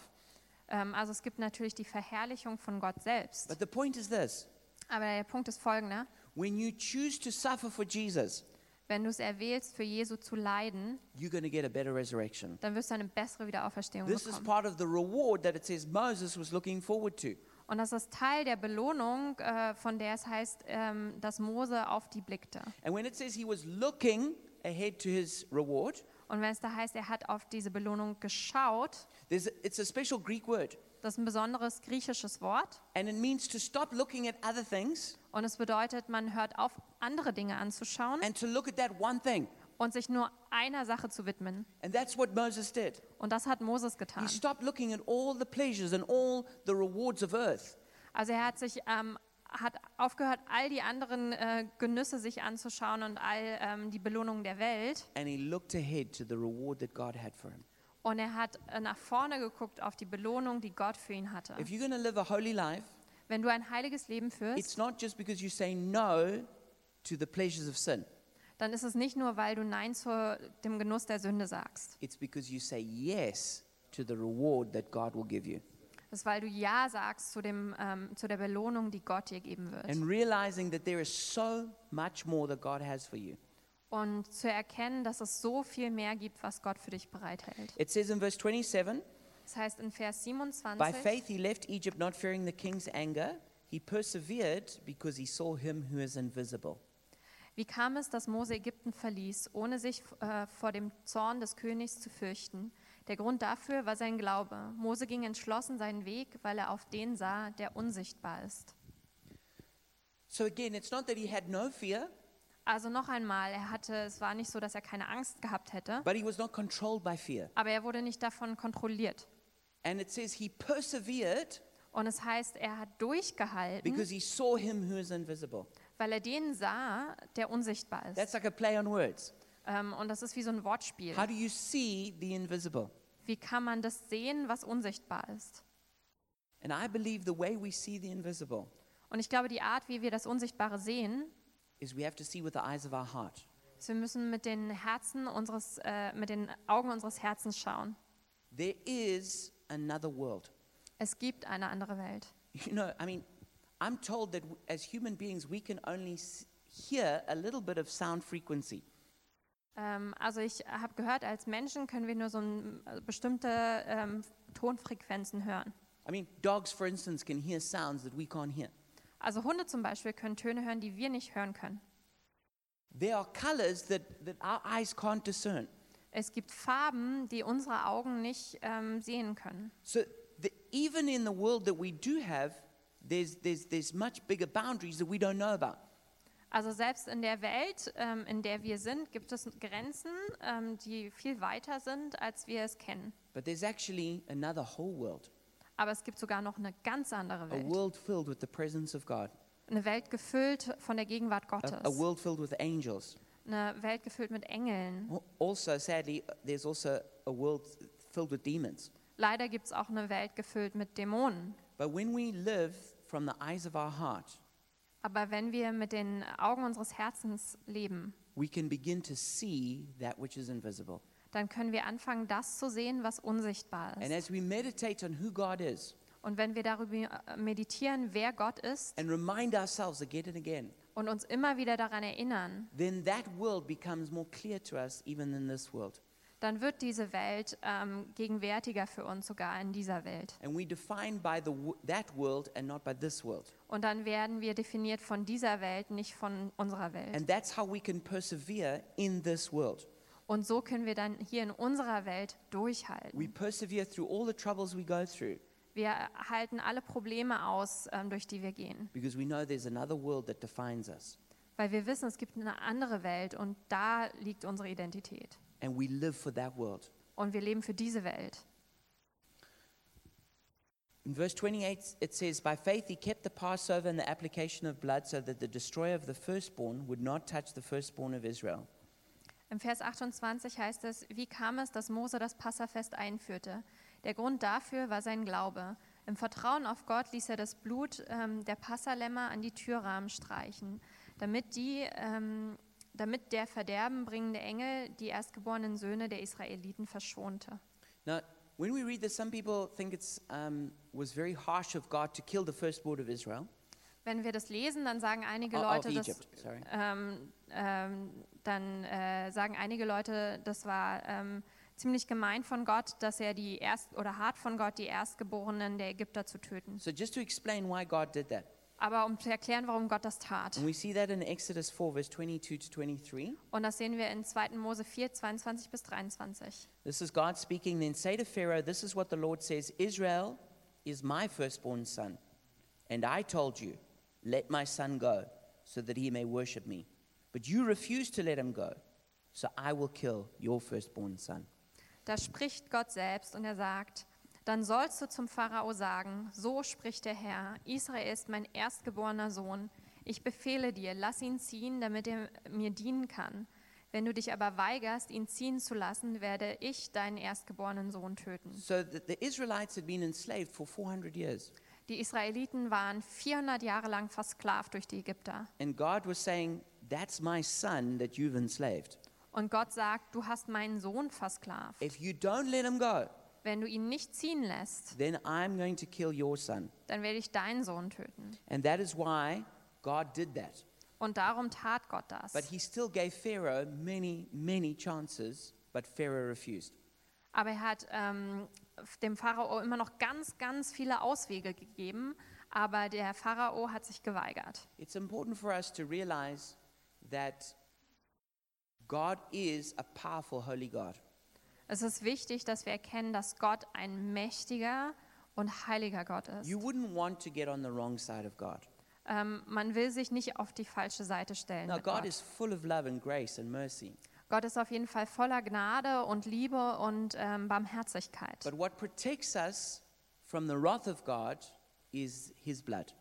Ähm, also es gibt natürlich die Verherrlichung von Gott selbst.
But the point is this
Aber der Punkt ist folgender.
when you choose to suffer for Jesus,
Wenn du es erwählst, für Jesu zu leiden,
you're going to get a better resurrection.
dann wirst du eine bessere Wiederauferstehung
This is
bekommen.
part of the reward that it says Moses was looking forward to.
Und das ist Teil der Belohnung, äh, von der es heißt, ähm, dass Mose auf die blickte.
And when it says he was looking ahead to his reward,
Und wenn es da heißt, er hat auf diese Belohnung geschaut,
there's, it's a special Greek word.
das ist ein besonderes griechisches Wort.
And it means to stop looking at other things
Und es bedeutet, man hört auf, andere Dinge anzuschauen
and to look at that one thing.
und sich nur einer Sache zu widmen.
And that's what Moses did.
Und das hat Moses
He
getan.
stopped looking at all the pleasures and all the rewards of earth
Also er hat sich ähm, hat aufgehört, all die anderen äh, Genüsse sich anzuschauen und all ähm, die Belohnungen der Welt.
and he looked ahead to the reward that God had for him.
Und er hat äh, nach vorne geguckt auf die Belohnung, die Gott für ihn hatte.
If you're going to live a holy life,
Wenn du ein heiliges Leben führst,
it's not just because you say no to the pleasures of sin,
dann ist es nicht nur, weil du Nein zu dem Genuss der Sünde sagst.
it's because you say yes to the reward that God will give you.
Es ist, weil du Ja sagst zu, dem, ähm, zu der Belohnung, die Gott dir geben wird.
And realizing that there is so much more that God has for you.
Und zu erkennen, dass es so viel mehr gibt, was Gott für dich bereithält.
It says in verse 27
Das heißt in Vers
By
27,
faith he left Egypt, not fearing the king's anger. He persevered because he saw him who is invisible.
Wie kam es, dass Mose Ägypten verließ, ohne sich äh, vor dem Zorn des Königs zu fürchten? Der Grund dafür war sein Glaube. Mose ging entschlossen seinen Weg, weil er auf den sah, der unsichtbar ist.
So again, it's not that he had no fear,
Also noch einmal, er hatte, es war nicht so, dass er keine Angst gehabt hätte,
but he was not controlled by fear.
aber er wurde nicht davon kontrolliert.
And it says he persevered
Und es heißt, er hat durchgehalten,
because he saw him who is invisible.
weil er den sah, der unsichtbar ist.
That's like a play on words.
Ähm, und das ist wie so ein Wortspiel.
How do you see the invisible?
Wie kann man das sehen, was unsichtbar ist?
And I believe the way we see the invisible
Und ich glaube, die Art, wie wir das Unsichtbare sehen,
is we have to see with the eyes of our heart.
Wir müssen mit den Herzen unseres, äh, mit den Augen unseres Herzens schauen.
There is another world.
Es gibt eine andere Welt.
You know, I mean, I'm told that w- as human beings, we can only s- hear a little bit of sound frequency.
Ähm, also ich habe gehört, als Menschen können wir nur so ein, äh, bestimmte ähm, Tonfrequenzen hören.
I mean, dogs, for instance, can hear sounds that we can't hear.
Also Hunde zum Beispiel können Töne hören, die wir nicht hören können.
There are colors that, that our eyes can't discern.
Es gibt Farben, die unsere Augen nicht ähm, sehen können.
So, the, even in the world that we do have, there's, there's, there's much bigger boundaries that we don't know about.
Also selbst in der Welt, ähm, in der wir sind, gibt es Grenzen, ähm, die viel weiter sind, als wir es kennen.
But there's actually another whole world,
Aber es gibt sogar noch eine ganz andere
a
Welt.
world filled with the presence of God,
Eine Welt gefüllt von der Gegenwart
a, a
Gottes.
world filled with angels,
eine Welt gefüllt mit Engeln.
Al- Also, sadly, uh, there's also a world filled with demons.
Leider gibt es auch eine Welt gefüllt mit Dämonen.
But when we live from the eyes of our heart,
Aber wenn wir mit den Augen unseres Herzens leben,
we can begin to see that which is invisible.
dann können wir anfangen, das zu sehen, was unsichtbar
And
ist.
as we meditate on who God is
Und wenn wir darüber äh, meditieren, wer Gott ist,
and remind ourselves again and again,
und uns immer wieder daran erinnern,
then that world becomes more clear to us even in this world.
dann wird diese Welt ähm, gegenwärtiger für uns sogar in dieser Welt.
And we define by the, w- that world and not by this world.
Und dann werden wir definiert von dieser Welt, nicht von unserer Welt.
And that's how we can persevere in this world.
Und so können wir dann hier in unserer Welt
We
durchhalten.
persevere through all the troubles we go through
Wir halten alle Probleme aus, ähm, durch die wir gehen,
because we know there's another world that defines us.
weil wir wissen, es gibt eine andere Welt und da liegt unsere Identität.
And we live for that world.
Und wir leben für diese Welt.
In verse 28, it says, By faith he kept the Passover and the application of blood so that the destroyer of the firstborn would not touch the firstborn of Israel.
Im Vers 28 heißt es, wie kam es, dass Mose das Passafest einführte? Der Grund dafür war sein Glaube. Im Vertrauen auf Gott ließ er das Blut ähm, der Passalämmer an die Türrahmen streichen, damit, die, ähm, damit der verderbenbringende Engel die erstgeborenen Söhne der Israeliten verschonte.
Now, when we read this, some people think it um, was very harsh of God to kill the firstborn of Israel.
Wenn wir das lesen, dann sagen einige
Oh, of
Leute, das,
Egypt, sorry.
ähm, ähm, dann äh, sagen einige Leute, das war ähm, ziemlich gemein von Gott, dass er die erst oder hart von Gott die Erstgeborenen der Ägypter zu töten.
So, just to explain why God did that,
Aber um zu erklären, warum Gott das tat.
and we see that in Exodus 4, verse 22 to 23.
Und das sehen wir in 2. Mose 4, 22 bis 23.
This is God speaking. Then say to Pharaoh, This is what the Lord says Israel is my firstborn son. And I told you, Let my son go, so that he may worship me. But you refuse to let him go, so I will kill your firstborn son.
Da spricht Gott selbst und er sagt, dann sollst du zum Pharao sagen, so spricht der Herr, Israel ist mein erstgeborener Sohn. Ich befehle dir, lass ihn ziehen, damit er mir dienen kann. Wenn du dich aber weigerst, ihn ziehen zu lassen, werde ich deinen erstgeborenen Sohn töten.
So the, the Israelites had been enslaved for 400 years.
Die Israeliten waren 400 Jahre lang versklavt durch die Ägypter.
And God was saying, That's my son that you've enslaved.
Und Gott sagt, du hast meinen Sohn versklavt.
If you don't let him go,
Wenn du ihn nicht ziehen lässt,
then I'm going to kill your son.
dann werde ich deinen Sohn töten.
And that is why God did that.
Und darum tat Gott das.
But he still gave Pharaoh many, many chances, but Pharaoh refused.
Aber er hat ähm, dem Pharao immer noch ganz, ganz viele Auswege gegeben, aber der Pharao hat sich geweigert.
It's important for us to realize that God is a powerful, holy God.
Es ist wichtig, dass wir erkennen, dass Gott ein mächtiger und heiliger Gott ist.
You wouldn't want to get on the wrong side of God.
Ähm, man will sich nicht auf die falsche Seite stellen.
Now,
mit Gott.
God is full of love and grace and mercy.
Gott ist auf jeden Fall voller Gnade und Liebe und ähm, Barmherzigkeit.
But what protects us from the wrath of God is his blood.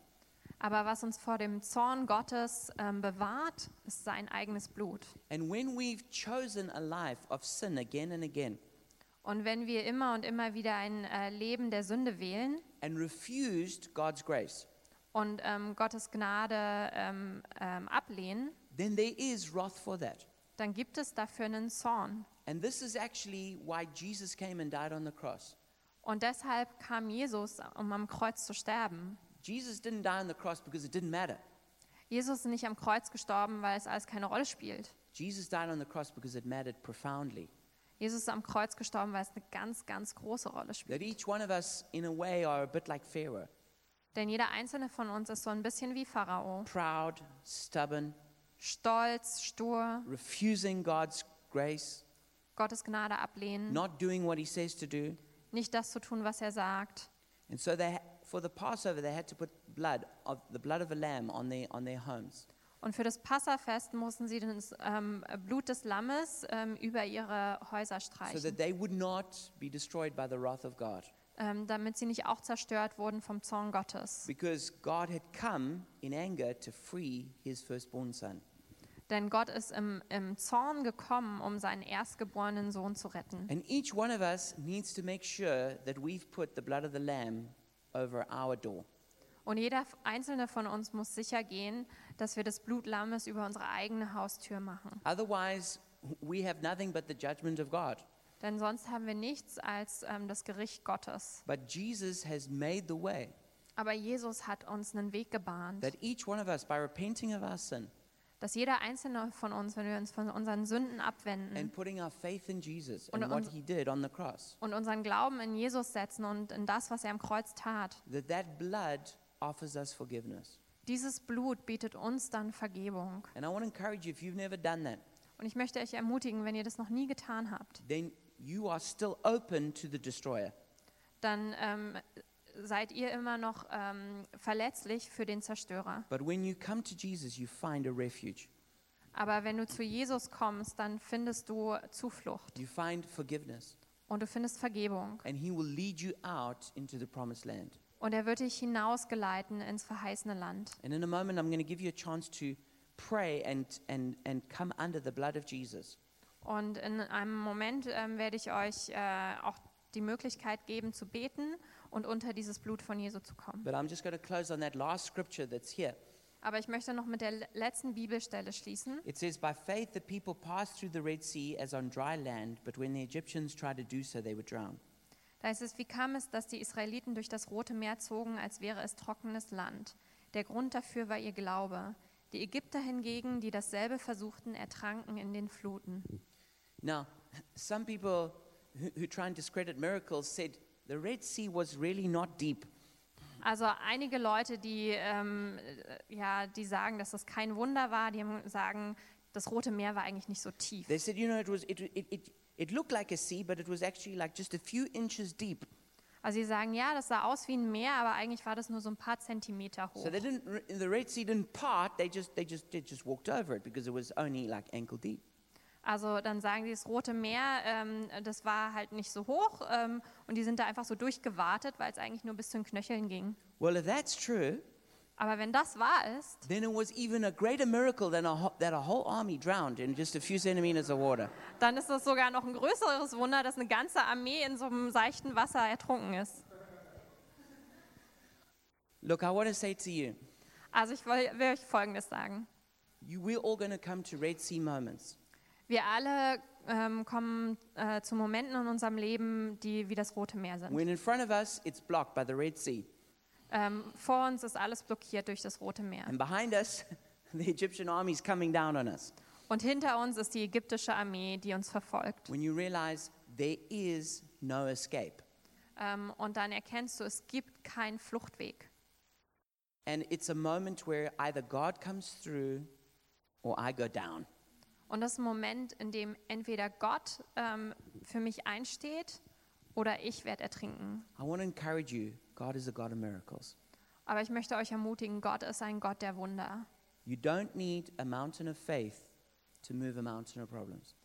Aber was uns vor dem Zorn Gottes ähm, bewahrt, ist sein eigenes Blut.
And when we've chosen a life of sin again and again
Und wenn wir immer und immer wieder ein äh, Leben der Sünde wählen,
and refused God's grace,
und ähm, Gottes Gnade ähm, ähm, ablehnen,
then there is wrath for that.
dann gibt es dafür einen Zorn.
And this is actually why Jesus came and died on the cross.
Und deshalb kam Jesus, um am Kreuz zu sterben.
Jesus didn't die on the cross because it didn't matter.
Jesus ist nicht am Kreuz gestorben, weil es alles keine Rolle spielt.
Jesus died on the cross because it mattered profoundly.
Jesus ist am Kreuz gestorben, weil es eine ganz, ganz große Rolle
That
spielt.
each one of us, in a way, are a bit like Pharaoh
Denn jeder einzelne von uns ist so ein bisschen wie Pharao.
proud, stubborn,
Stolz, stur,
refusing God's grace,
Gottes Gnade ablehnen,
not doing what he says to do.
nicht das zu tun, was er sagt.
And so they, for the Passover, they had to put blood of the blood of a lamb on their, on their homes.
Und für das Passafest mussten sie das ähm, Blut des Lammes ähm, über ihre Häuser
So
streichen.
that they would not be destroyed by the wrath of God.
ähm, damit sie nicht auch zerstört wurden vom Zorn Gottes.
Because God had come in anger to free his firstborn son.
Denn Gott ist im, im Zorn gekommen, um seinen erstgeborenen Sohn zu retten.
And each one of us needs to make sure that we've put the blood of the Lamb over our door.
Und jeder einzelne von uns muss sicher gehen, dass wir das Blut Lammes über unsere eigene Haustür machen.
Otherwise, we have nothing but the judgment of God.
Denn sonst haben wir nichts als ähm, das Gericht Gottes.
But Jesus has made the way
Aber Jesus hat uns einen Weg gebahnt,
that each one of us, by repenting of our sin
dass jeder einzelne von uns, wenn wir uns von unseren Sünden abwenden
and putting our faith in Jesus
Und-
and what
und-
he did Mm-hmm. on the cross,
und unseren Glauben in Jesus setzen und in das, was er am Kreuz tat,
that that blood offers us forgiveness.
dieses Blut bietet uns dann Vergebung.
And I want to encourage you, if you've never done that,
Und ich möchte euch ermutigen, wenn ihr das noch nie getan habt,
then you are still open to the destroyer.
dann ähm, seid ihr immer noch ähm, verletzlich für den Zerstörer.
But when you come to Jesus, you find a refuge.
Aber wenn du zu Jesus kommst, dann findest du Zuflucht
You find forgiveness.
und du findest Vergebung.
And he will lead you out into the promised land.
Und er wird dich hinausgeleiten ins verheißene Land.
And in a moment, I'm going to give you a chance to pray and, and, and come under the blood of Jesus.
Und in einem Moment ähm, werde ich euch äh, auch die Möglichkeit geben, zu beten und unter dieses Blut von Jesu zu kommen.
But I'm just going to close on that last scripture that's here.
Aber ich möchte noch mit der le- letzten Bibelstelle schließen.
It says, By faith the people passed through the Red Sea as on dry land, but when the Egyptians tried to do so, they were drowned.
Da heißt es, wie kam es, dass die Israeliten durch das Rote Meer zogen, als wäre es trockenes Land? Der Grund dafür war ihr Glaube. Die Ägypter hingegen, die dasselbe versuchten, ertranken in den Fluten.
Now, (laughs) some people who, who try and discredit miracles said the Red Sea was really not deep.
Also einige Leute, die, ähm, äh, ja, die sagen, dass das kein Wunder war, die haben- sagen, das Rote Meer war eigentlich nicht so tief.
They said, you know, it, was, it, it, it, it looked like a sea, but it was actually like just a few inches deep.
Also sie sagen, ja, das sah aus wie ein Meer, aber eigentlich war das nur so ein paar Zentimeter hoch.
So they didn't, re- the Red Sea didn't part, they just, they, just, they just walked over it because it was only like ankle deep.
Also dann sagen die, das Rote Meer, ähm, das war halt nicht so hoch ähm, und die sind da einfach so durchgewartet, weil es eigentlich nur bis zu den Knöcheln ging.
Well, if that's true,
Aber wenn das wahr ist,
then it was even a greater miracle than a, ho- that a whole army drowned in just a few centimeters of water.
dann ist das sogar noch ein größeres Wunder, dass eine ganze Armee in so einem seichten Wasser ertrunken ist.
Look, I want to say to you,
Also ich will, will euch Folgendes sagen.
you we're all going to come to Red Sea moments.
Wir alle ähm, kommen äh, zu Momenten in unserem Leben, die wie das Rote Meer sind.
When in front of us, it's blocked by the Red Sea.
Ähm, vor uns ist alles blockiert durch das Rote Meer.
And behind us, (laughs) the Egyptian army is coming down on us.
Und hinter uns ist die ägyptische Armee, die uns verfolgt.
When you realize there is no escape.
Ähm, und dann erkennst du, es gibt keinen Fluchtweg.
And it's a moment where either God comes through or I go down.
Und das ist ein Moment, in dem entweder Gott ähm, für mich einsteht oder ich werde ertrinken.
I want to encourage you God is a God of miracles.
Aber ich möchte euch ermutigen, Gott ist ein Gott der Wunder.
You don't need a mountain of faith to move a mountain of problems.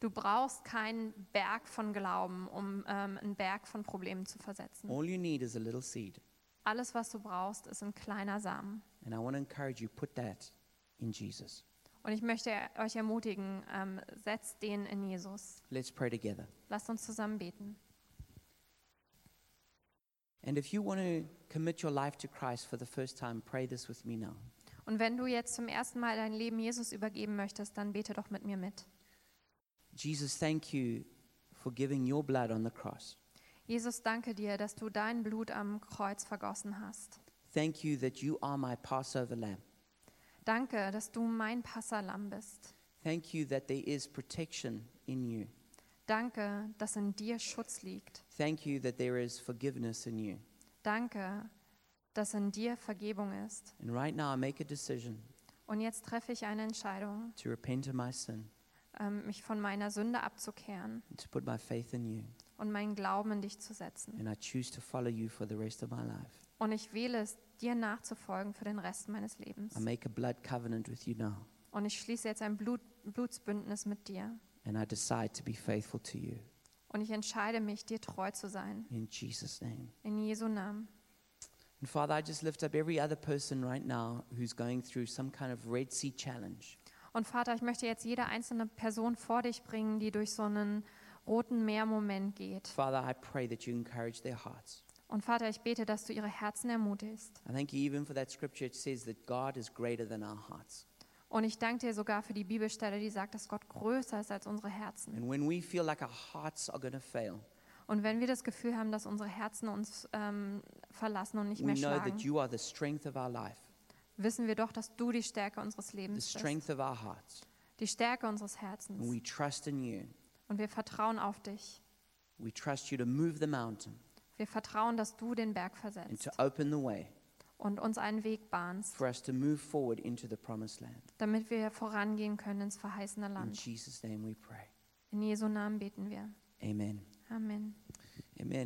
Du brauchst keinen Berg von Glauben, um ähm, einen Berg von Problemen zu versetzen.
All you need is a little seed.
Alles, was du brauchst, ist ein kleiner Samen.
And I want to encourage you put that in Jesus.
Und ich möchte euch ermutigen, ähm, setzt den in Jesus.
Let's pray together.
Lasst uns zusammen beten.
And if you want to commit your life to Christ for the first time, pray this with me now.
Und wenn du jetzt zum ersten Mal dein Leben Jesus übergeben möchtest, dann bete doch mit mir mit.
Jesus, thank you for giving your blood on the cross.
Jesus, danke dir, dass du dein Blut am Kreuz vergossen hast.
Thank you that you are my Passover lamb.
Danke, dass du mein Passalam bist.
Thank you that there is protection in you.
Danke, dass in dir Schutz liegt.
Thank you that there is forgiveness in you.
Danke, dass in dir Vergebung ist.
And right now, I make a decision
Und jetzt treffe ich eine Entscheidung,
to repent of my sin
ähm, mich von meiner Sünde abzukehren
and to put my faith in you.
und meinen Glauben in dich zu setzen.
And I choose to follow you for the rest of my life.
Und ich wähle es, dir nachzufolgen für den Rest meines Lebens.
I make a blood covenant with you now.
Und ich schließe jetzt ein Blut, Blutsbündnis mit dir.
And I decide to be faithful to you.
Und ich entscheide mich, dir treu zu sein.
In Jesus' name.
In Jesu Namen.
And Father, I just lift up every other person right now who's going through some kind of Red Sea challenge.
Und Vater, ich möchte jetzt jede einzelne Person vor dich bringen, die durch so einen roten Meermoment geht.
Father, I pray that you encourage their hearts.
Und Vater, ich bete, dass du ihre Herzen ermutigst.
I thank you even for that scripture. It says that God is greater than our hearts.
Und ich danke dir sogar für die Bibelstelle, die sagt, dass Gott größer ist als unsere Herzen.
And when we feel like our hearts are going to fail,
Und wenn wir das Gefühl haben, dass unsere Herzen uns ähm, verlassen und nicht
we
mehr
know that
schlagen,
you are the strength of our life,
wissen wir doch, dass du die Stärke unseres
the
Lebens bist.
strength of our hearts.
Die Stärke unseres
And
Herzens.
we trust in you.
Und wir vertrauen auf dich.
We trust you to move the mountain
Wir vertrauen, dass du den Berg
and
versetzt
to open the way
und uns einen Weg bahnst,
for us to move forward into the promised land.
damit wir vorangehen können ins verheißene
In
Land.
Jesus' name we pray.
In Jesu Namen beten wir.
Amen.
Amen.
Amen.